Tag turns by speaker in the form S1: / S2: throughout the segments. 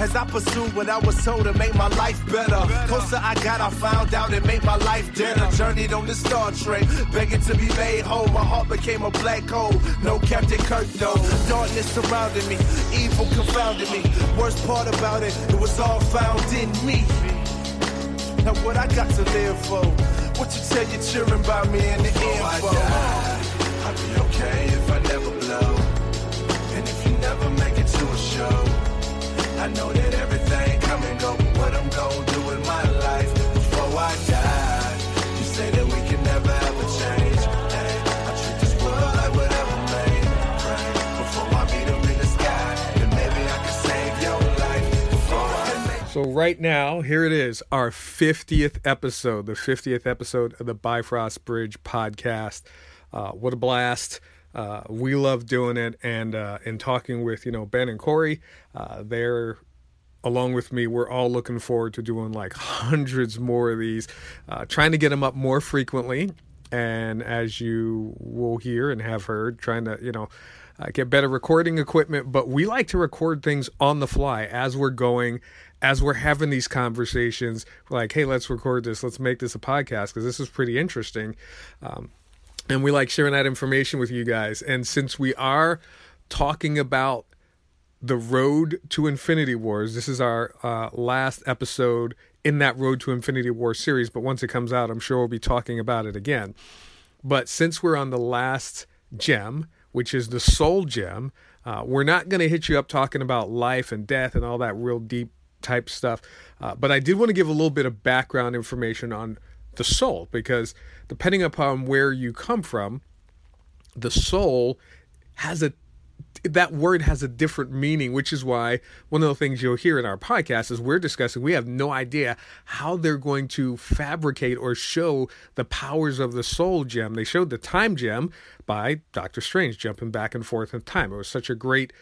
S1: as I pursued what I was told to make my life better. Closer I got, I found out it made my life deader. Journeyed on the Star Trek, begging to be made whole. My heart became a black hole. No Captain Kirk, though. Darkness surrounded me, evil confounded me. Worst part about it, it was all found in me. Now what I got to live for? What you tell your children about me in the info?
S2: Oh I'd be okay if I never blow. And if you never make it to a show, I know that everything come and go. But what I'm gonna do in my life before I die, you say that we can never ever change. Hey, I treat this world like whatever made. Pray before I meet him in the sky, and maybe I can save your life before I make.
S3: So right now, here it is, our 50th episode, the 50th episode of the Bifrost Bridge podcast. Uh, what a blast. Uh, we love doing it and uh, and talking with, you know, Ben and Corey. Uh, they're along with me we're all looking forward to doing like hundreds more of these uh, trying to get them up more frequently and as you will hear and have heard trying to you know uh, get better recording equipment but we like to record things on the fly as we're going as we're having these conversations like hey let's record this let's make this a podcast because this is pretty interesting um, and we like sharing that information with you guys and since we are talking about the road to infinity wars this is our uh, last episode in that road to infinity war series but once it comes out i'm sure we'll be talking about it again but since we're on the last gem which is the soul gem uh, we're not going to hit you up talking about life and death and all that real deep type stuff uh, but i did want to give a little bit of background information on the soul because depending upon where you come from the soul has a that word has a different meaning, which is why one of the things you'll hear in our podcast is we're discussing we have no idea how they're going to fabricate or show the powers of the soul gem. They showed the time gem by Doctor Strange jumping back and forth in time. It was such a great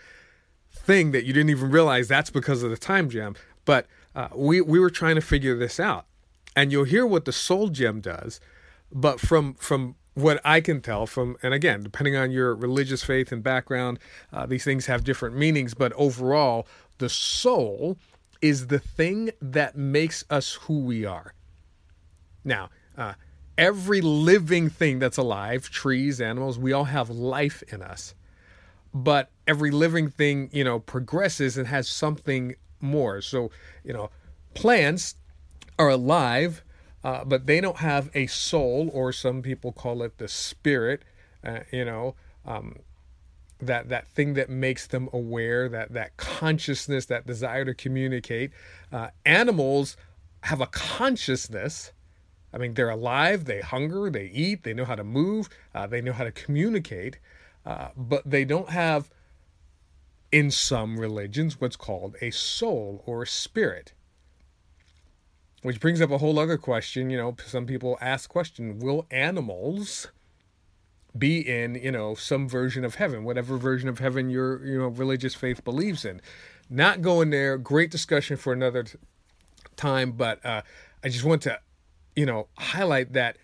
S3: thing that you didn't even realize that's because of the time gem. But uh, we we were trying to figure this out, and you'll hear what the soul gem does. But from from what I can tell from, and again, depending on your religious faith and background, uh, these things have different meanings, but overall, the soul is the thing that makes us who we are. Now, uh, every living thing that's alive, trees, animals, we all have life in us. But every living thing, you know, progresses and has something more. So, you know, plants are alive, uh, but they don't have a soul, or some people call it the spirit. Uh, you know, um, that that thing that makes them aware, that that consciousness, that desire to communicate. Uh, animals have a consciousness. I mean, they're alive. They hunger. They eat. They know how to move. uh, they know how to communicate, uh, but they don't have. In some religions, what's called a soul or a spirit which brings up a whole other question you know some people ask question will animals be in you know some version of heaven whatever version of heaven your you know religious faith believes in not going there great discussion for another t- time but uh, i just want to you know highlight that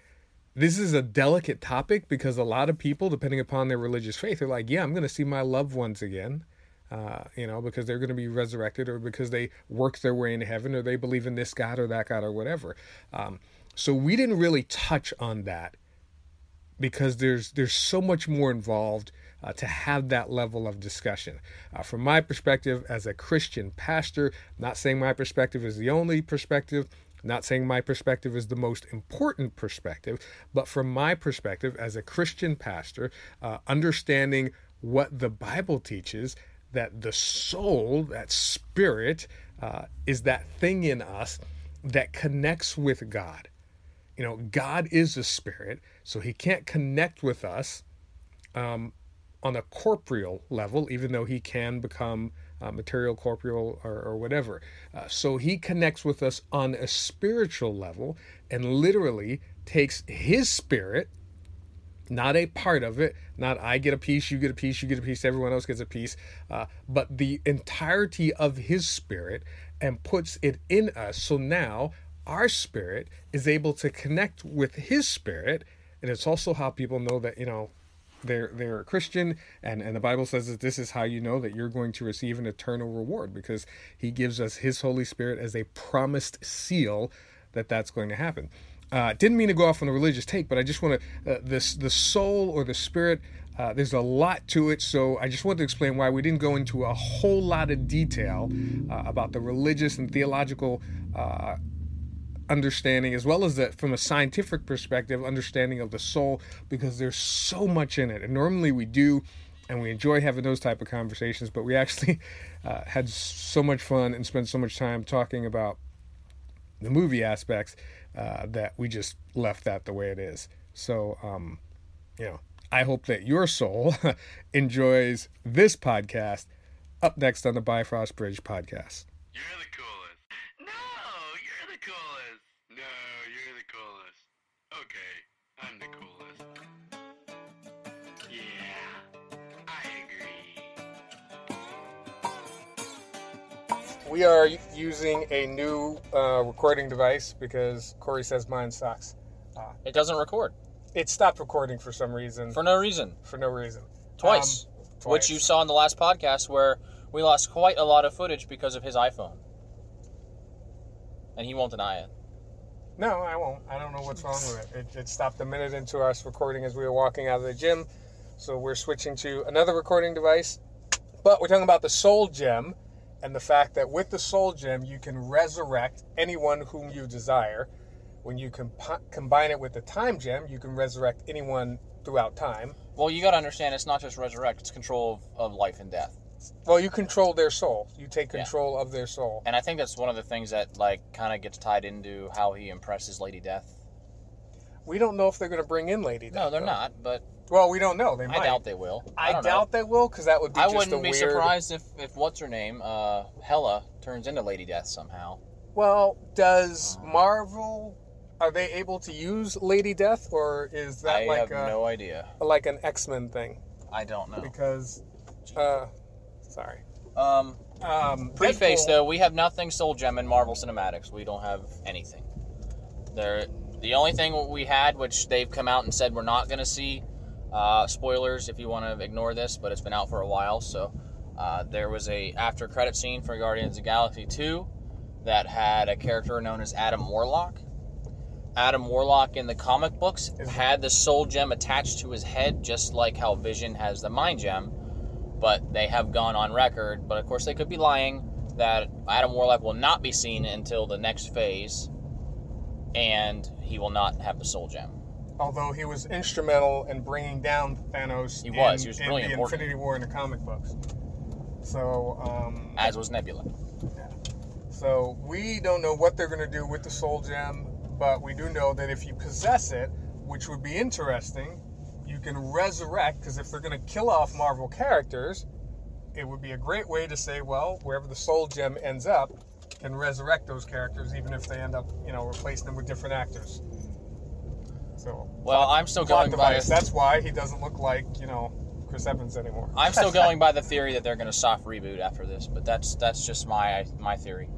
S3: this is a delicate topic because a lot of people depending upon their religious faith are like yeah i'm going to see my loved ones again uh, you know, because they're going to be resurrected or because they work their way into heaven or they believe in this God or that God or whatever. Um, so we didn't really touch on that because there's there's so much more involved uh, to have that level of discussion. Uh, from my perspective as a Christian pastor, not saying my perspective is the only perspective. Not saying my perspective is the most important perspective, but from my perspective as a Christian pastor, uh, understanding what the Bible teaches that the soul, that spirit, uh, is that thing in us that connects with God. You know, God is a spirit, so he can't connect with us um, on a corporeal level, even though he can become uh, material, corporeal, or, or whatever. Uh, so he connects with us on a spiritual level and literally takes his spirit, not a part of it not i get a piece you get a piece you get a piece everyone else gets a piece uh, but the entirety of his spirit and puts it in us so now our spirit is able to connect with his spirit and it's also how people know that you know they're they're a Christian, and and the Bible says that this is how you know that you're going to receive an eternal reward because He gives us His Holy Spirit as a promised seal that that's going to happen. Uh, didn't mean to go off on a religious take, but I just want to uh, this the soul or the spirit. Uh, there's a lot to it, so I just wanted to explain why we didn't go into a whole lot of detail uh, about the religious and theological uh, understanding, as well as that from a scientific perspective, understanding of the soul, because there's so much in it. And normally we do, and we enjoy having those type of conversations, but we actually uh, had so much fun and spent so much time talking about the movie aspects uh, that we just left that the way it is. So, um, you know, I hope that your soul enjoys this podcast. Up next on the Bifrost Bridge podcast.
S4: You're the coolest. No, you're the coolest. No, you're the coolest. Okay, I'm the coolest. Yeah, I agree.
S3: We are using a new uh, recording device because Corey says mine sucks.
S5: It doesn't record
S3: It stopped recording for some reason,
S5: for
S3: for,
S5: no reason.
S3: no reason.
S5: Twice,
S3: Um,
S5: Which
S3: twice.
S5: you saw in the last podcast where we lost quite a lot of footage because of his iPhone. And he won't deny it.
S3: No, I won't. I don't know what's wrong with it. it. It stopped a minute into us recording as we were walking out of the gym, so we're switching to another recording device. But we're talking about the Soul Gem and the fact that with the Soul Gem, you can resurrect anyone whom you desire. When you comp- combine it with the Time Gem, you can resurrect anyone throughout time.
S5: Well, you got to understand it's not just resurrect, it's control of, of life and death.
S3: Well, you control their soul. You take
S5: Yeah.
S3: control of their soul.
S5: And I think that's one of the things that like kind of gets tied into how he impresses Lady Death.
S3: We don't know if they're going to bring in Lady Death.
S5: No, they're
S3: though.
S5: not, but
S3: Well, we don't know. They might.
S5: I doubt they will.
S3: I,
S5: don't know.
S3: doubt they will because that would be.
S5: I
S3: just
S5: wouldn't
S3: a
S5: be
S3: weird-
S5: surprised if, if what's her name, uh, Hella, turns into Lady Death somehow.
S3: Well, does Marvel? Are they able to use Lady Death, or is that
S5: I
S3: like uh,
S5: have
S3: a,
S5: no idea.
S3: like an X Men thing?
S5: I don't know.
S3: Because, uh, sorry.
S5: Um,
S3: Um,
S5: preface
S3: Deadpool-
S5: though we have nothing soul gem in marvel cinematics we don't have anything there the only thing we had which they've come out and said we're not going to see uh, spoilers if you want to ignore this but it's been out for a while so uh, there was a after credit scene for guardians of the galaxy 2 that had a character known as adam warlock adam warlock in the comic books had the soul gem attached to his head just like how vision has the mind gem but they have gone on record. But of course, they could be lying that Adam Warlock will not be seen until the next phase, and he will not have the Soul Gem.
S3: Although he was instrumental in bringing down Thanos,
S5: He was.
S3: in-
S5: He was
S3: in
S5: really
S3: the
S5: important.
S3: Infinity War in the comic books. So, um,
S5: As was Nebula.
S3: so we don't know what they're going to do with the Soul Gem, but we do know that if you possess it, which would be interesting, you can resurrect. Because if they're going to kill off Marvel characters, it would be a great way to say, well, wherever the Soul Gem ends up, can resurrect those characters, even if they end up, you know, replacing them with different actors. So
S5: Well, I'm still
S3: plot
S5: going by.
S3: device. That's why he doesn't look like you know Chris Evans anymore.
S5: I'm still going by the theory that they're going to soft reboot after this, but that's that's just my my theory.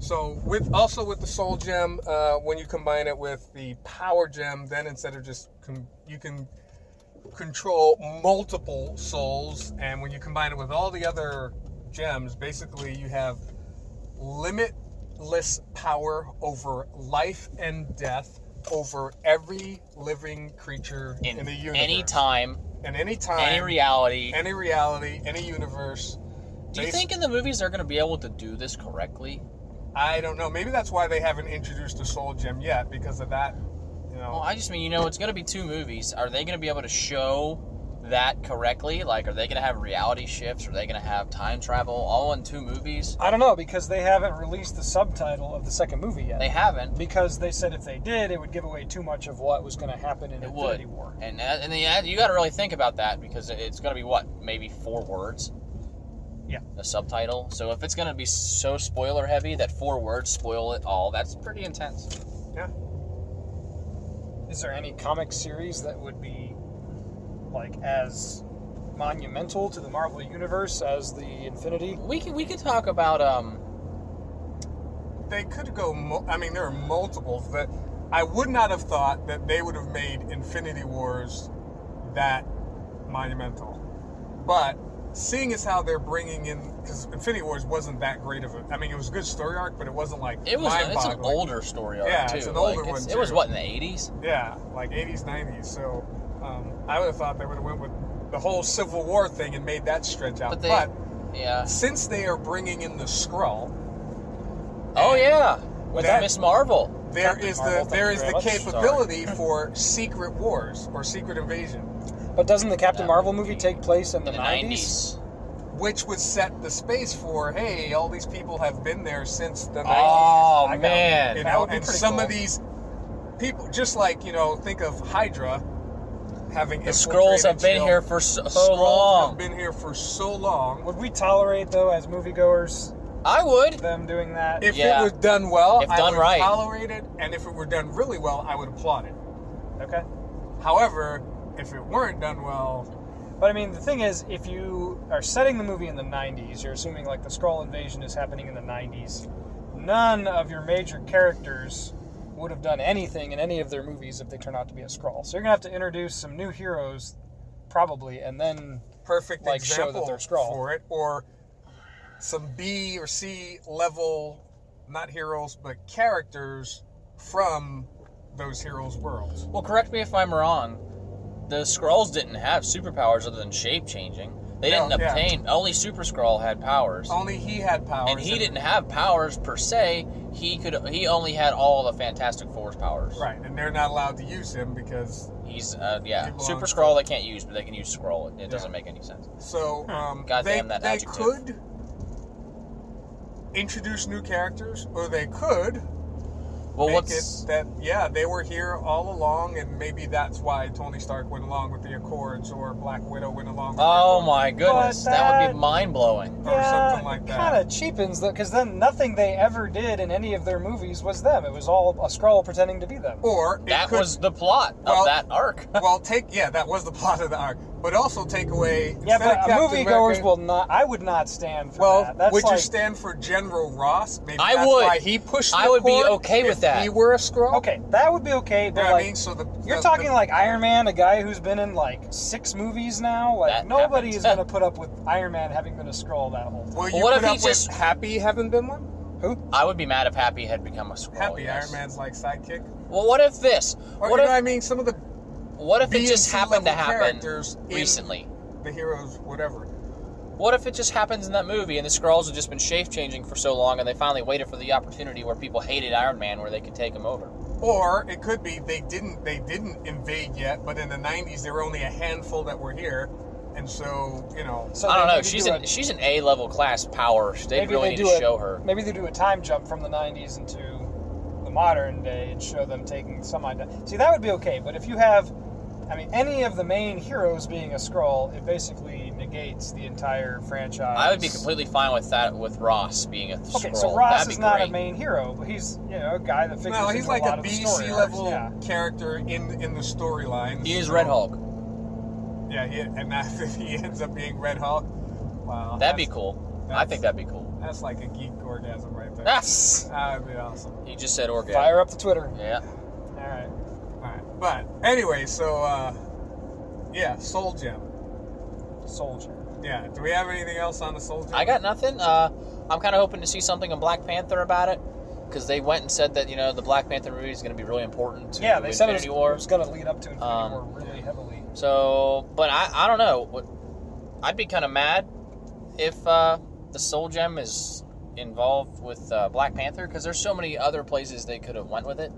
S3: So with also with the soul gem, uh, when you combine it with the power gem, then instead of just com- you can control multiple souls, and when you combine it with all the other gems, basically you have limitless power over life and death, over every living creature in,
S5: In,
S3: the universe,
S5: any time,
S3: and any time,
S5: any reality.
S3: any reality, any universe.
S5: Do you
S3: Basi-
S5: think in the movies they're going to be able to do this correctly?
S3: I don't know. Maybe that's why they haven't introduced a soul gem yet because of that. You know,
S5: Well, I just mean, you know, it's going to be two movies. Are they going to be able to show that correctly? Like, are they going to have reality shifts? Are they going to have time travel all in two movies?
S6: I don't know because they haven't released the subtitle of the second movie yet.
S5: They haven't.
S6: because they said if they did, it would give away too much of what was going to happen in
S5: It would.
S6: Infinity War.
S5: And, uh, and then you got to really think about that because it's going to be what? Maybe four words?
S6: Yeah.
S5: The subtitle. So if it's going to be so spoiler heavy that four words spoil it all, that's pretty intense.
S3: yeah.
S6: Is there any comic series that would be like as monumental to the Marvel universe as the Infinity?
S5: We can, we could talk about, um,
S3: They could go. Mo- I mean, there are multiples that I would not have thought that they would have made Infinity Wars that monumental. But seeing as how they're bringing in, because Infinity Wars wasn't that great of a, I mean, it was a good story arc, but it wasn't like
S5: It was it's an
S3: mind-boggling.
S5: older story arc
S3: Yeah,
S5: too.
S3: it's an
S5: Like,
S3: older
S5: it's-
S3: one,
S5: It was
S3: too.
S5: what in the 80s.
S3: Yeah, like 80s, 90s. So um, I would have thought they would have went with the whole Civil War thing and made that stretch out.
S5: But they yeah.
S3: since they are bringing in the Skrull,
S5: Oh yeah. With
S3: That-
S5: Miss Marvel.
S3: there
S7: Captain
S3: is
S7: Marvel,
S3: the there
S7: thank
S3: is the
S7: you
S5: "Oh,
S7: very much.
S3: capability for secret wars or secret invasion,
S7: But doesn't the Captain
S5: That
S7: Marvel
S5: would
S7: movie
S5: be
S7: take place in the,
S5: in the
S7: 90s?
S5: 90s.
S3: which would set the space for hey, all these people have been there since the 90s.
S5: Oh
S7: I got-
S5: man.
S3: you
S7: that
S3: know,
S7: would be
S3: and
S7: pretty
S3: some
S7: cool.
S3: of these people, just like you know, think of Hydra having
S5: The scrolls have been here for so long.
S3: Have been here for so long.
S7: Would we tolerate, though, as moviegoers,
S5: I would.
S7: them doing that?
S3: If
S5: Yeah.
S3: it was done well,
S5: If
S3: I
S5: done
S3: would
S5: right.
S3: tolerate it, and if it were done really well, I would applaud it.
S7: okay.
S3: However, if it weren't done well,
S7: But I mean, the thing is, if you are setting the movie in the 90s, you're assuming like the Skrull invasion is happening in the 90s. None of your major characters would have done anything in any of their movies if they turn out to be a Skrull. So you're gonna have to introduce some new heroes, probably, and then
S3: perfect
S7: Like, show that
S3: example
S7: they're Skrull.
S3: for it, or some B or C level, not heroes but characters from those heroes' worlds.
S5: Well, correct me if I'm wrong. The scrolls didn't have superpowers other than shape changing. They
S3: No,
S5: didn't
S3: yeah.
S5: obtain. Only Super Scroll had powers,
S3: Only he had powers,
S5: and he didn't have powers per se. He could. He only had all the Fantastic Four's powers.
S3: Right, and they're not allowed to use him because
S5: He's uh, yeah.
S3: He belongs
S5: Super
S3: to-
S5: Scroll they can't use, but they can use Scroll. It doesn't make any sense.
S3: So um, they,
S5: Goddamn that
S3: they
S5: adjective.
S3: could introduce new characters, or they could
S5: Well,
S3: make
S5: what's
S3: it that yeah they were here all along, and maybe that's why Tony Stark went along with the Accords, or Black Widow went along. With
S5: oh
S3: the Accords.
S5: my goodness, that, would
S7: that-
S5: be mind blowing.
S3: Or something like that.
S7: Kind of cheapens that because then nothing they ever did in any of their movies was them. It was all a Skrull pretending to be them.
S3: Or it
S5: That
S3: could-
S5: was the plot
S3: well-
S5: of that arc.
S3: well take yeah that was the plot of the arc, but also take away instead
S7: Yeah,
S3: of
S7: but
S3: Captain
S7: moviegoers
S3: America-
S7: will not. I would not stand for
S3: Well,
S7: that. That's
S3: would you
S7: like-
S3: stand for General Ross? Maybe
S5: I
S3: that's
S5: would.
S3: Why he pushed. the
S5: I would be
S3: Accord
S5: okay with
S3: if
S5: that.
S3: He were a scroll.
S7: Okay, that would be okay. But
S3: You know what
S7: like,
S3: I mean, so the
S7: You're
S3: the-
S7: talking
S3: the-
S7: like Iron Man, a guy who's been in like six movies now. Like
S5: That
S7: nobody
S5: happens.
S7: is gonna put up with Iron Man having been a scroll that whole time.
S3: Will
S5: Well,
S3: you
S5: what
S3: put
S5: if
S3: up
S5: he
S3: with
S5: just-
S3: happy having been one?
S5: I would be mad if Happy had become a scroll.
S3: Happy Iron Man's like sidekick.
S5: Well, what if this?
S3: Or,
S5: Oh, what
S3: you
S5: if
S3: know what I mean? Some of the
S5: What if
S3: B
S5: it just
S3: and C
S5: happened to
S3: level
S5: happen
S3: characters in-
S5: recently?
S3: the heroes, whatever.
S5: What if it just happens in that movie and the Skrulls have just been shape changing for so long and they finally waited for the opportunity where people hated Iron Man where they could take him over?
S3: Or it could be they didn't they didn't invade yet, but in the '90s there were only a handful that were here, and so you know.
S7: So
S5: I don't
S7: they
S5: know.
S7: maybe
S5: She's
S7: do
S5: an
S7: a-
S5: she's an A level class power. They
S7: maybe
S5: really
S7: they
S5: need
S7: do
S5: to
S7: a-
S5: show her.
S7: Maybe they do a time jump from the '90s into the modern day and show them taking some idea. See, that would be okay. But if you have, I mean, any of the main heroes being a scroll, it basically negates the entire franchise.
S5: I would be completely fine with that with Ross being a Skrull.
S7: Okay, so Ross
S5: That'd be
S7: is not
S5: great.
S7: a main hero, but he's you know a guy that figures
S3: No, he's
S7: into
S3: like
S7: a lot
S3: a
S7: of
S3: B
S7: the
S3: C
S7: story arcs,
S3: level
S7: yeah.
S3: character in in the storyline.
S5: He is
S3: so-
S5: Red Hulk.
S3: Yeah, he, and that, he ends up being Red Hulk. Wow,
S5: That'd be
S3: that's-
S5: cool. I
S3: that's-
S5: think that'd be cool. Ah.
S3: That's like a geek orgasm right there.
S5: Yes.
S3: that would be awesome.
S5: He just said orgasm.
S7: Fire up the Twitter.
S5: Yeah.
S7: All right.
S3: All right, but anyway, so uh, yeah, Soul Gem.
S7: Soldier.
S3: Yeah. Do we have anything else on the Soul Gem?
S5: I got nothing. Uh, I'm kind of hoping to see something in Black Panther about it because they went and said that you know the Black Panther movie is going to be really important to
S7: Yeah, they said it was,
S5: Infinity War.
S7: going to lead up to Infinity
S5: Um,
S7: War really heavily.
S5: So, but I, I don't know. What I'd be kind of mad if uh, the Soul Gem is involved with uh, Black Panther because there's so many other places they could have went with it.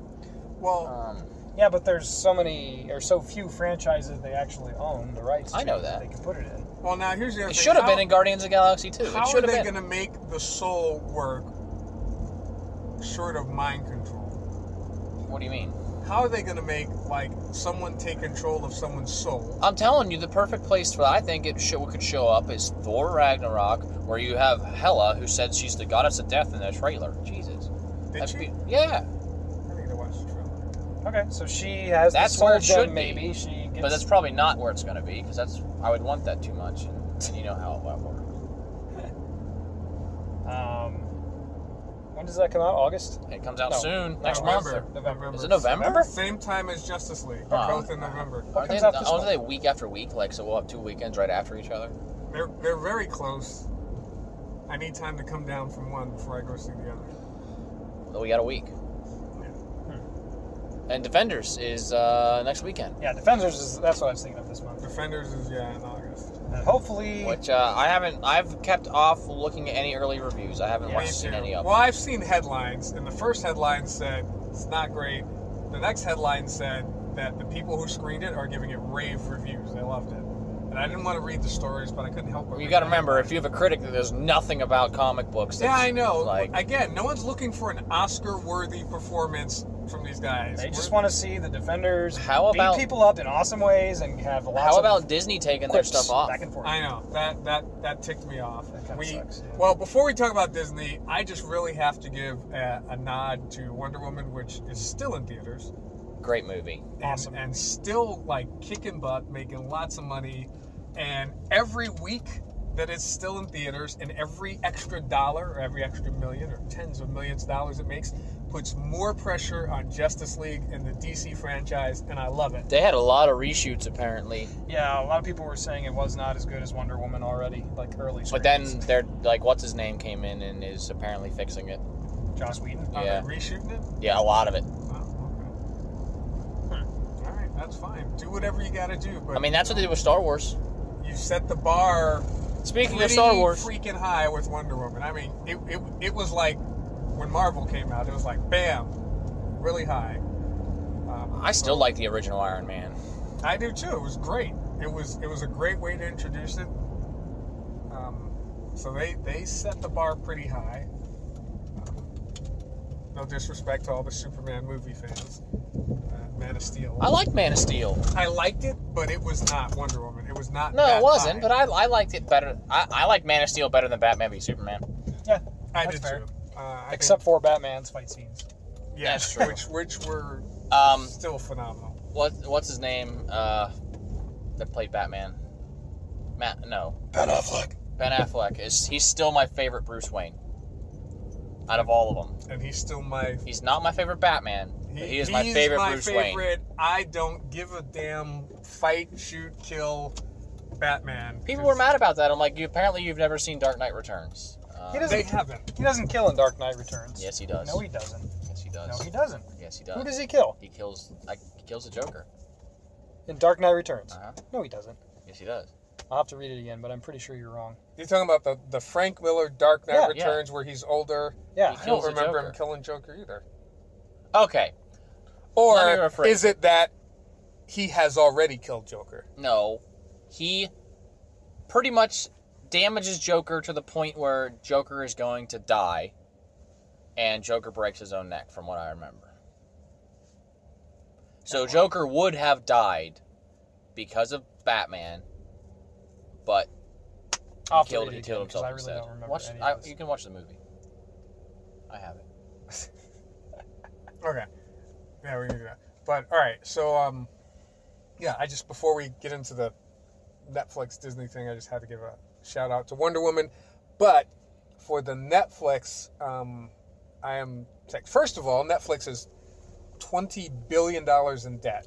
S3: Well,
S5: Um,
S7: Yeah, but there's so many or so few franchises they actually own the rights.
S5: I
S7: to
S5: know that.
S7: they can put it in.
S3: well. Now here's the other
S5: it
S3: thing.
S5: should have
S3: How-
S5: been in Guardians of the Galaxy too. It
S3: How
S5: should
S3: are they
S5: have been.
S3: going to make the soul work short of mind control?
S5: What do you mean?
S3: How are they going to make like someone take control of someone's soul?
S5: I'm telling you, the perfect place for that, I think it show, could show up is Thor Ragnarok, where you have Hela, who said she's the goddess of death in the trailer. Jesus.
S3: Did
S5: That's
S3: she?
S5: be- yeah,
S3: I need to watch the trailer.
S7: Okay, so she has. the
S5: That's where it
S7: soul gem,
S5: should be.
S7: maybe she. Gets,
S5: but that's probably not where it's going to be because that's I would want that too much, and, and you know how it works.
S7: um, when When does that come out? August?
S5: It comes out
S7: No.
S5: soon,
S7: No,
S5: next month.
S3: November. November.
S5: Is it November?
S3: Same time as Justice League. They're
S5: Oh.
S3: both in November.
S5: Aren't they,
S7: comes out this
S5: aren't
S7: month.
S5: they week after week? Like, so we'll have two weekends right after each other?
S3: They're they're very close. I need time to come down from one before I go see the other.
S5: Well, we got a week.
S7: Hmm.
S5: And Defenders is uh, next weekend,
S7: Yeah, Defenders is that's what I was thinking of this month.
S3: Defenders is yeah in August.
S7: And hopefully,
S5: which uh, I haven't. I've kept off looking at any early reviews. I haven't
S7: Yeah,
S5: watched
S7: me
S5: seen
S3: Yeah.
S5: any of
S3: Well,
S5: them.
S3: I've seen headlines, and the first headline said it's not great. The next headline said that the people who screened it are giving it rave reviews. They loved it, and I didn't want to read the stories, but I couldn't help but.
S5: You
S3: read
S5: got to
S3: the
S5: remember,
S3: headlines.
S5: if you have a critic that knows nothing about comic books,
S3: Yeah,
S5: that's,
S3: I know.
S5: Like,
S3: Again, no one's looking for an Oscar-worthy performance from these guys.
S7: they just
S3: We're-
S7: want to see the Defenders
S5: How about-
S7: beat people up in awesome ways and have lots
S5: how
S7: of
S5: about Disney taking their
S7: quips
S5: stuff off?
S7: back and forth.
S3: I know that that that ticked me off.
S7: That kinda
S3: we,
S7: sucks, yeah.
S3: Well, before we talk about Disney, I just really have to give a, a nod to Wonder Woman, which is still in theaters.
S5: Great movie.
S3: and- and, still like kicking butt, making lots of money. And every week that it's still in theaters, and every extra dollar or every extra million or tens of millions of dollars it makes puts more pressure on Justice League and the DC franchise, and I love it.
S5: They had a lot of reshoots apparently,
S7: Yeah, a lot of people were saying it was not as good as Wonder Woman already, like early.
S5: but then they're like, what's his name came in and is apparently fixing it.
S7: Joss Whedon.
S3: Are they
S5: Yeah.
S3: reshooting it?
S5: Yeah, a lot of it.
S3: Oh, okay. Hmm. All right, that's fine. Do whatever you got to do, but
S5: I mean, that's what they did with Star Wars.
S3: you set the bar
S5: Speaking of
S3: pretty
S5: Star Wars,
S3: freaking high with Wonder Woman. I mean, it, it, it was like when Marvel came out, it was like bam, really high. Um,
S5: I still like the original Iron Man.
S3: I do too. It was great. It was it was a great way to introduce it. Um, so they they set the bar pretty high. Um, no disrespect to all the Superman movie fans. Uh, Man of Steel.
S5: I liked Man of Steel.
S3: I liked it, but it was not Wonder Woman. It was not.
S5: No,
S3: that
S5: it wasn't,
S3: high.
S5: but I, I liked it better. I, I liked Man of Steel better than Batman v Superman.
S7: Yeah,
S3: I
S7: that's
S3: did
S7: fair.
S3: too. Uh, I
S7: Except for Batman's fight scenes.
S3: think,
S5: That's
S3: yes,
S5: true.
S3: which which were
S5: Um,
S3: still phenomenal.
S5: what what's his name? Uh, that played Batman. Matt, no,
S2: Ben Affleck.
S5: Ben Affleck is he's still my favorite Bruce Wayne. Out of all of them,
S3: and he's still my
S5: he's not my favorite Batman. but he is my
S3: he's
S5: favorite Bruce Wayne.
S3: favorite, I don't give a damn fight, shoot, kill Batman.
S5: People
S3: 'Cause
S5: were mad about that. I'm like, you apparently you've never seen Dark Knight Returns. Uh,
S7: He doesn't.
S3: They haven't.
S7: He doesn't kill in Dark Knight Returns.
S5: Yes, he does.
S7: No, he doesn't.
S5: yes, he does.
S7: No, he doesn't.
S5: Yes, he does.
S7: Who does he kill
S5: He kills. I, he kills the Joker.
S7: in Dark Knight Returns?
S5: Uh-huh.
S7: No, he doesn't.
S5: Yes, he does.
S7: I'll have to read it again, but I'm pretty sure you're wrong.
S3: You're talking about the, the Frank Miller Dark Knight
S7: Yeah,
S5: yeah.
S3: Returns where he's older.
S7: Yeah,
S5: He
S3: I
S5: kills
S3: don't
S5: the
S3: remember him
S5: Joker.
S3: killing Joker either.
S7: Oh.
S5: Okay, Let me
S3: Or
S5: rephrase.
S3: is it that he has already killed Joker?
S5: No, he pretty much damages Joker to the point where Joker is going to die, and Joker breaks his own neck, from what I remember. So Joker would have died because of Batman, but
S7: I'll have to
S5: killed,
S7: read
S5: he
S7: it
S5: killed
S7: again,
S5: himself
S7: 'cause I really
S5: instead.
S7: don't remember
S5: watch,
S7: any
S5: I,
S7: of this.
S5: you can watch the movie. I have it.
S3: Okay. Yeah, we can do that. But all right, so um, yeah, I just before we get into the Netflix Disney thing, I just had to give a shout out to Wonder Woman. But for the Netflix, um, I am tech. First of all, Netflix is twenty billion dollars in debt.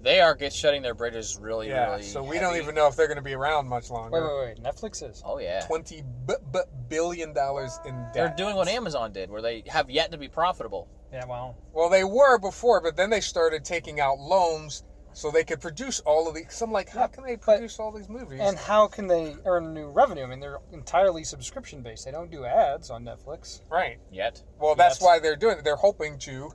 S5: They are get shutting their bridges really,
S3: Yeah,
S5: really.
S3: so we don't
S5: heavy.
S3: even know if they're going to be around much
S7: Wait,
S3: longer.
S7: wait, wait. Netflix is.
S5: Oh yeah.
S3: Twenty b- b- billion dollars in debt.
S5: They're doing what Amazon did, where they have yet to be profitable.
S7: Yeah, wow.
S3: Well, they were before, but then they started taking out loans so they could produce all of these. Cause I'm like, how
S7: Yeah,
S3: can they
S7: but-
S3: produce all these movies?
S7: And how can they earn new revenue? I mean, they're entirely subscription based. They don't do ads on Netflix.
S3: right.
S5: Yet.
S3: Well, that's
S7: Yes.
S3: why they're doing it. They're hoping to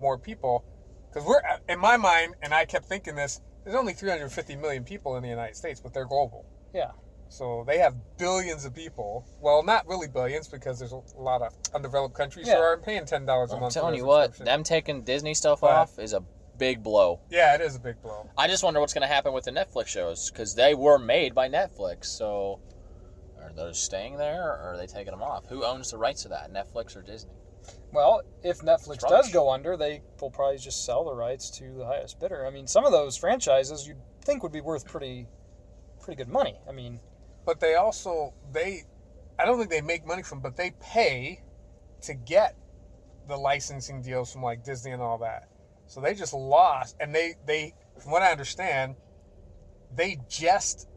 S3: more people. Because we're, in my mind, and I kept thinking this, there's only 350 million people in the United States, but they're global.
S7: Yeah.
S3: So they have billions of people. Well, not really billions because there's a lot of undeveloped countries
S7: Yeah.
S3: who aren't paying $10 a
S5: I'm
S3: month. for
S5: telling
S3: their
S5: you what,
S3: subscription.
S5: them taking Disney stuff
S3: But-
S5: off is a big blow.
S3: yeah, it is a big blow.
S5: I just wonder what's going to happen with the Netflix shows because they were made by Netflix. So are those staying there or are they taking them off? Who owns the rights to that, Netflix or Disney?
S7: Well, if Netflix
S5: Strong.
S7: does go under, they will probably just sell the rights to the highest bidder. I mean, some of those franchises you'd think would be worth pretty, pretty good money. I mean,
S3: but they also they i don't think they make money from but they pay to get the licensing deals from like Disney and all that. So they just lost, and they they from what I understand, they just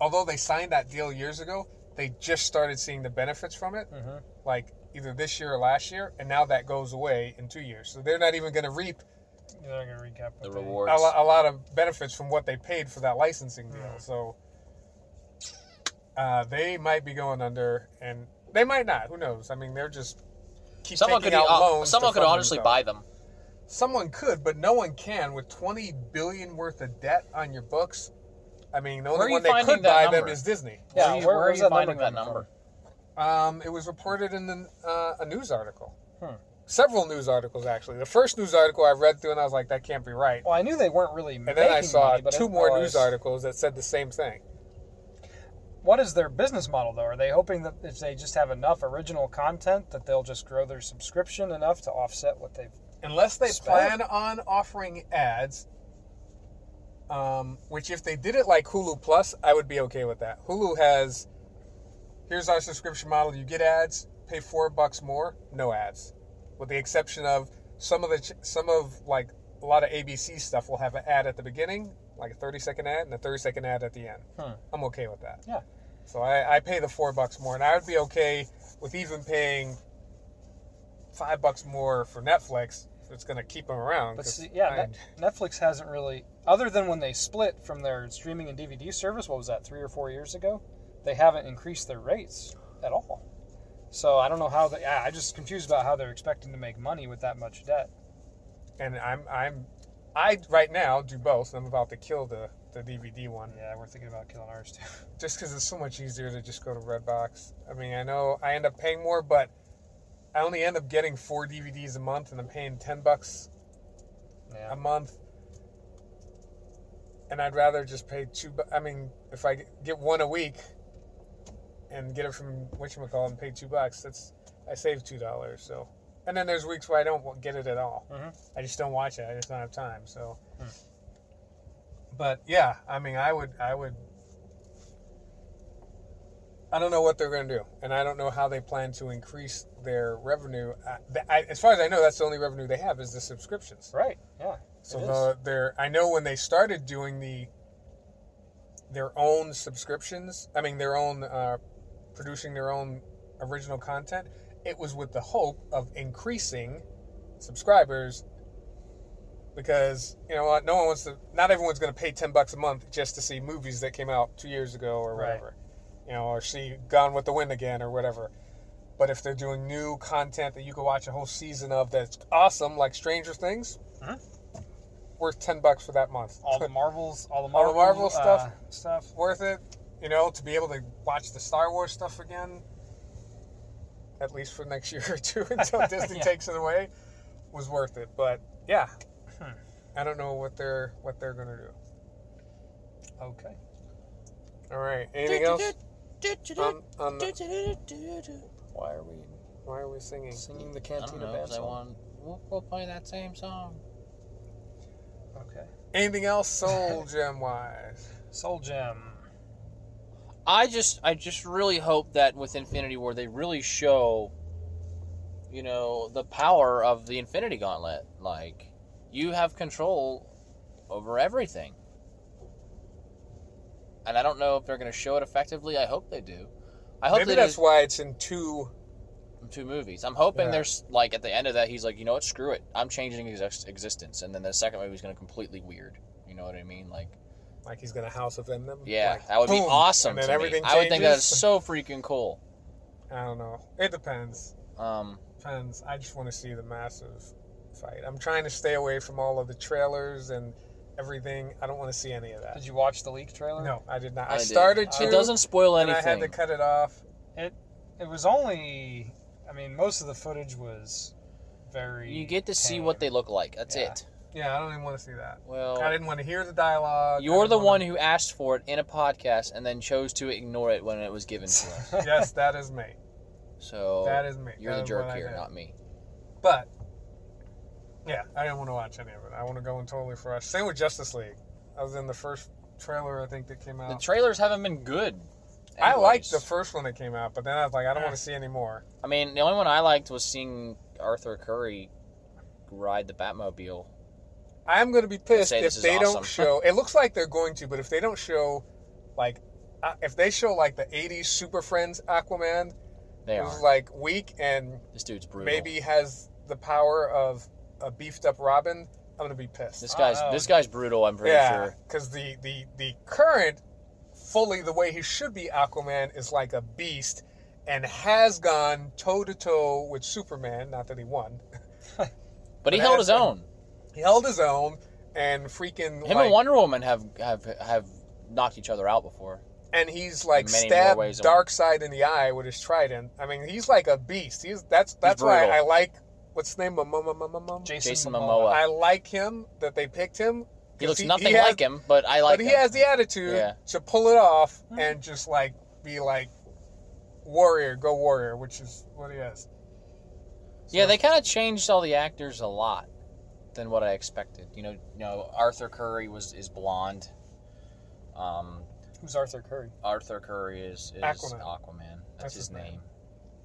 S3: although they signed that deal years ago, they just started seeing the benefits from it,
S5: Mm-hmm.
S3: like either this year or last year, and now that goes away in two years. So they're not even going to reap
S7: They're not gonna recap what
S5: The
S7: they-
S5: rewards.
S3: a, lo- a lot of benefits from what they paid for that licensing deal.
S5: Mm.
S3: So uh, they might be going under, and they might not. Who knows? I mean, they're just keep
S5: Someone could
S3: taking out
S5: uh,
S3: loans. to
S5: someone could
S3: fund
S5: honestly
S3: themselves.
S5: buy them.
S3: Someone could, but no one can with twenty billion worth of debt on your books. I mean, the
S5: Where are
S3: only
S5: you
S3: one that
S5: finding
S3: could
S5: that
S3: buy them
S5: number?
S3: is Disney.
S5: where,
S7: Yeah, where-
S5: where are
S7: where's
S5: you
S7: that
S5: finding
S7: number
S5: that
S7: coming
S5: number?
S3: Um, it was reported in the, uh, a news article.
S5: Hmm.
S3: Several news articles, actually. The first news article I read through, and I was like, that can't be right.
S7: Well, I knew they weren't really.
S3: And then I saw
S7: money, but I
S3: two
S7: didn't
S3: more
S7: realize-
S3: news articles that said the same thing.
S7: What is their business model though? Are they hoping that if they just have enough original content that they'll just grow their subscription enough to offset what they've?
S3: Unless they
S7: Spend.
S3: plan on offering ads, um, which if they did it like Hulu Plus, I would be okay with that. Hulu has here's our subscription model: you get ads, pay four bucks more, no ads, with the exception of some of the ch- some of like a lot of ABC stuff will have an ad at the beginning, like a thirty second ad, and a thirty second ad at the end. I'm okay with that.
S7: Hmm. Yeah.
S3: So I, I pay the four bucks more, and I would be okay with even paying five bucks more for Netflix. if It's going to keep them around.
S7: But
S3: 'cause
S7: see, yeah,
S3: I-
S7: Net- Netflix hasn't really, other than when they split from their streaming and DVD service. What was that, three or four years ago? They haven't increased their rates at all. So I don't know how they. I I just confused about how they're expecting to make money with that much debt.
S3: and I'm I'm I right now do both. and I'm about to kill the the DVD one
S7: Yeah, we're thinking about killing ours too.
S3: just because it's so much easier to just go to Redbox. I mean, I know I end up paying more, but I only end up getting four DVDs a month, and I'm paying ten bucks
S7: Yeah.
S3: a month. And I'd rather just pay two. bu- I mean, if I get one a week and get it from whatchamacallit and pay two bucks, that's I save two dollars. So, and then there's weeks where I don't wa- get it at all.
S7: Mhm.
S3: I just don't watch it. I just don't have time. So, but yeah, I mean, I would, I would. I don't know what they're going to do, and I don't know how they plan to increase their revenue. I, th- I, as far as I know, that's the only revenue they have is the subscriptions.
S7: Right. Yeah.
S3: So
S7: it is.
S3: the, their, I know when they started doing the their own subscriptions. I mean, their own uh, producing their own original content. It was with the hope of increasing subscribers because you know what? No one wants to. Not everyone's going to pay ten bucks a month just to see movies that came out two years ago or
S7: Right.
S3: whatever. You know, or see Gone with the Wind again or whatever. But if they're doing new content that you can watch a whole season of that's awesome, like Stranger Things, worth ten bucks for that month.
S7: Mm-hmm. all the Marvels, all the
S3: All
S7: Marvel,
S3: the Marvel stuff.
S7: uh, stuff.
S3: worth it, you know, to be able to watch the Star Wars stuff again, at least for next year or two until Disney
S7: Yeah.
S3: takes it away, was worth it. But yeah,
S7: Hmm.
S3: I don't know what they're what they're gonna do.
S7: Okay.
S3: All right, anything else? Um, um,
S5: Why are we
S3: why are we singing?
S7: Singing the
S5: I don't
S7: Cantina
S5: know. 'cause
S7: Band
S5: I
S7: song.
S5: want we'll, we'll play that same song.
S7: Okay.
S3: Anything else, Soul Gem wise?
S7: Soul Gem.
S5: I just I just really hope that with Infinity War they really show you know the power of the Infinity Gauntlet. Like you have control over everything. And I don't know if they're going to show it effectively. I hope they do. I hope
S3: Maybe
S5: they do
S3: that's why it's in two.
S5: two movies. I'm hoping
S3: Yeah.
S5: there's like at the end of that he's like, you know what, screw it, I'm changing his ex- existence, and then the second movie's going to completely weird. You know what I mean? Like,
S3: Like he's gonna house of them. them
S5: yeah,
S3: like,
S5: that would be
S3: boom,
S5: awesome.
S3: And then
S5: to me.
S3: everything
S5: I would think that's
S3: changes.
S5: so freaking cool.
S3: I don't know. It depends.
S5: Um,
S3: Depends. I just want to see the massive fight. I'm trying to stay away from all of the trailers and everything. I don't want to see any of that.
S7: Did you watch the leak trailer?
S3: No, I did not. I,
S5: I did.
S3: started to.
S5: it doesn't spoil
S3: and
S5: anything.
S3: I had to cut it off.
S7: It it was only I mean most of the footage was very
S5: you get to see what they look like. That's
S7: Yeah.
S5: it.
S3: Yeah, I don't even want to see that. I
S5: Well,
S3: didn't want to hear the dialogue.
S5: Oh. you're the one who asked for it in a podcast and then chose to ignore it when it was given to us.
S3: who. yes, that is me.
S5: So
S3: That is me.
S5: Oh, You're
S3: That
S5: the
S3: is
S5: jerk
S3: what I
S5: here,
S3: did.
S5: not me.
S3: But yeah, I didn't want to watch any of it. I want to go in totally fresh. Same with Justice League. I was in the first trailer I think that came out.
S5: The trailers haven't been good
S3: Oh. I liked
S5: anyways.
S3: the first one that came out, but then I was like, I don't want to see any more.
S5: I mean, the only one I liked was seeing Arthur Curry ride the Batmobile.
S3: I'm going to be pissed
S5: say
S3: if
S5: this is
S3: they
S5: awesome.
S3: don't show. It looks like they're going to, but if they don't show, like, uh, if they show like the '80s Super Friends Aquaman,
S5: They
S3: who's
S5: are.
S3: like weak and
S5: this dude's brutal.
S3: maybe has the power of a beefed up Robin, I'm going to be pissed.
S5: this guy's
S7: Oh.
S5: this guy's brutal. I'm pretty
S3: yeah,
S5: sure.
S3: because the the the current, fully the way he should be Aquaman is like a beast, and has gone toe to toe with Superman. Not that he won.
S5: But
S3: But
S5: he held his
S3: after-
S5: own.
S3: He held his own and freaking like,
S5: Him and Wonder Woman have have have knocked each other out before.
S3: and he's like
S5: many more
S3: stabbed
S5: ways than one.
S3: Darkseid in the eye with his trident. I mean, he's like a beast. He's that's that's why
S5: brutal.
S3: I like what's his name Mom- Mom- Mom- Mom- Mom?
S7: Jason,
S5: Jason
S7: Momoa.
S5: Momoa.
S3: I like him that they picked him.
S5: He
S3: 'cause
S5: looks nothing
S3: has-
S5: like him, but I like
S3: but he
S5: him.
S3: has the attitude
S5: Yeah.
S3: to pull it off and just like be like warrior, go warrior, which is what he has.
S5: yeah, they kind of changed all the actors a lot than what I expected. You know, you know Arthur Curry was is blonde. Um,
S7: Who's Arthur Curry?
S5: Arthur Curry is, is
S3: Aquaman.
S5: Aquaman.
S3: That's
S5: That's, his,
S3: his
S5: name.
S3: name.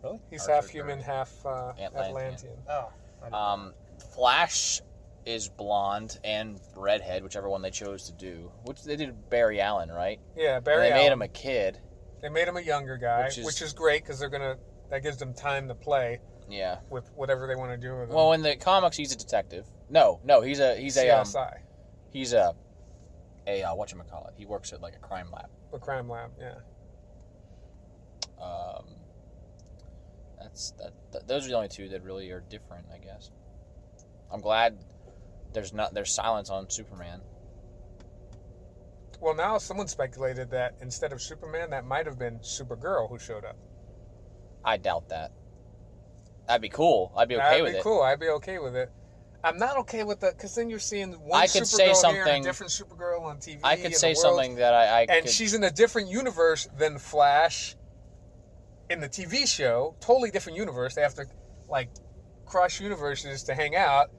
S7: Really?
S3: He's
S5: Arthur
S3: half human,
S5: Curry.
S3: half uh,
S5: Atlantean.
S3: Atlantean.
S7: Oh. I don't-
S5: Um, Flash is blonde and redhead, whichever one they chose to do. Which they did Barry Allen, right?
S3: Yeah,
S5: And
S3: Barry.
S5: they made
S3: Allen.
S5: him a kid.
S3: They made him a younger guy,
S5: Which
S3: which
S5: is-
S3: is, great because they're gonna. That gives them time to play
S5: Yeah.
S3: with whatever they want to do with him.
S5: Well, in the comics, he's a detective. No, no, he's a he's a um,
S3: CSI,
S5: he's a a uh, what call it? He works at like a crime lab.
S3: the crime lab. Yeah.
S5: Um, that's that, th Those are the only two that really are different, I guess. I'm glad there's not there's silence on Superman.
S3: Well, now someone speculated that instead of Superman, that might have been Supergirl who showed up.
S5: I doubt that. That'd be cool. I'd be okay
S3: That'd
S5: with
S3: be
S5: it.
S3: cool. I'd be okay with it. I'm not okay with that because then you're seeing one
S5: I
S3: Supergirl
S5: could say
S3: here
S5: something-
S3: and a different Supergirl on TV.
S5: I
S3: and
S5: could
S3: the
S5: say
S3: world,
S5: something that I, I
S3: and
S5: could,
S3: she's in a different universe than Flash in the TV show. Totally different universe. They have to like cross universes to hang out.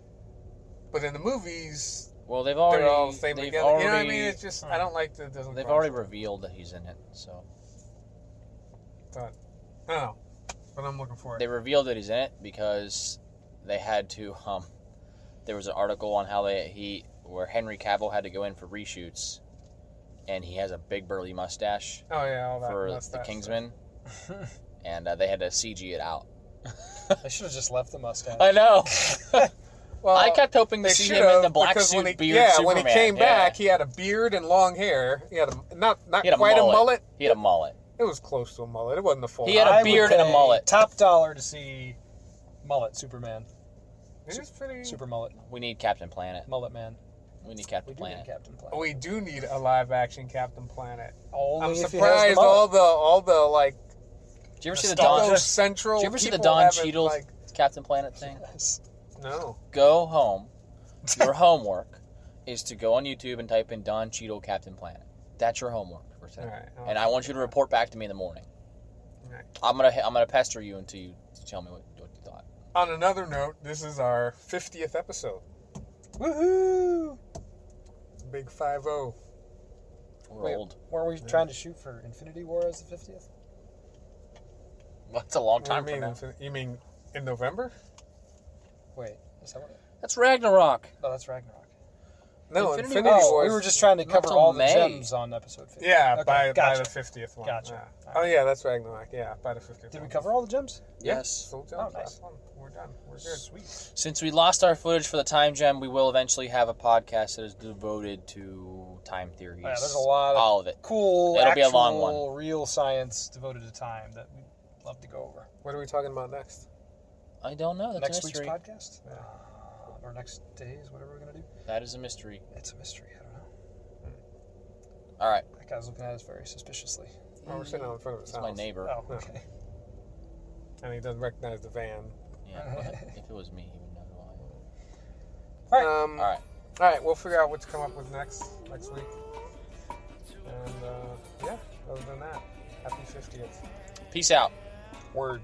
S3: But in the movies,
S5: well, they've
S3: they're
S5: already
S3: all the same
S5: they've
S3: together.
S5: already Hmm.
S3: you know what I mean? It's just I don't like that. it Doesn't
S5: they've
S3: cross.
S5: already revealed that he's in it. So
S3: But, I don't know. Oh, But I'm looking for it.
S5: they revealed that he's in it because they had to. Um, there was an article on how they he where Henry Cavill had to go in for reshoots, and he has a big burly mustache.
S3: oh yeah, all that
S5: for the
S3: mustache
S5: Kingsman, and uh, they had to CG it out.
S7: I should have just left the mustache.
S5: I know.
S3: stuff. Well,
S5: I kept hoping to
S3: they
S5: see
S3: should
S5: him in the
S3: have,
S5: black
S3: because
S5: suit,
S3: when he,
S5: beard
S3: Yeah,
S5: Superman.
S3: when he came back,
S5: yeah.
S3: he had a beard and long hair. He had a not not
S5: he had a
S3: quite a
S5: mullet.
S3: mullet.
S5: He had a mullet.
S3: It was close to a mullet. It wasn't the full.
S5: He had a
S7: I would
S5: beard and a
S7: pay
S5: mullet.
S7: Top dollar to see mullet Superman.
S3: It was pretty.
S7: Super mullet.
S5: We need Captain Planet.
S7: Mullet man.
S5: We need
S7: We
S5: Captain
S7: do need
S5: Planet.
S7: Captain Planet.
S3: We do need a live action Captain Planet.
S7: Only
S3: Oh, I'm
S7: if he has the
S3: surprised
S7: mullet.
S3: all the all the like
S5: Did you ever see the
S3: all
S5: Don?
S3: those
S5: Did
S3: central.
S5: you ever see the
S3: people
S5: Don
S3: haven't,
S5: Cheadle
S3: Like,
S5: Captain Planet thing?
S3: no.
S5: Go home. Your homework is to go on YouTube and type in Don Cheadle Captain Planet. That's your homework for today.
S3: All right, I'll
S5: and I want you to report back to me in the morning.
S3: All right.
S5: I'm gonna I'm gonna pester you until you tell me what, what you thought.
S3: On another note, this is our 50th episode.
S7: Woohoo!
S3: Big five oh. zero.
S5: We're
S7: Wait.
S5: old.
S7: Weren't we trying to shoot for Infinity War as the 50th?
S5: That's a long time
S3: you
S5: from
S3: mean?
S5: now.
S3: You mean in November?
S7: Wait, is that what?
S5: That's Ragnarok.
S7: Oh, that's Ragnarok.
S3: No,
S5: Infinity
S3: Infinity,
S5: War.
S3: War.
S7: Oh, we were just trying to
S5: not
S7: cover
S5: till
S7: all the
S5: May.
S7: gems on episode 50.
S3: Yeah,
S7: Okay,
S3: by,
S7: gotcha.
S3: by the 50th one.
S7: Gotcha.
S3: yeah. Oh, yeah, that's Ragnarok. Yeah, by the 50th
S7: Did
S3: one.
S7: we cover all the gems?
S5: Yes.
S3: So done.
S7: Oh, nice.
S3: Last one. We're done. We're good.
S7: Sweet.
S5: Since we lost our footage for the time gem, we will eventually have a podcast that is devoted to time theories.
S7: Yeah, there's a lot of
S5: all of it.
S7: cool,
S5: It'll be
S7: actual,
S5: a long
S7: real science devoted to time that we'd love to go over.
S3: What are we talking about next?
S5: I don't know. That's
S7: next
S5: a mystery.
S7: week's podcast? Uh, or next days, whatever we're going to do.
S5: that is a mystery.
S7: It's a mystery. I don't know.
S5: All right.
S7: That guy's looking at us very suspiciously.
S3: Oh, we're sitting out in front of his
S5: It's my
S3: house.
S5: neighbor.
S7: Oh, okay.
S3: And he doesn't recognize the van.
S5: Yeah, but if it was me, he would know who I am.
S7: All right.
S3: Um,
S5: All right.
S3: all right, we'll figure out what to come up with next next week. And uh, yeah, other than that, happy 50th.
S5: Peace out.
S3: Word.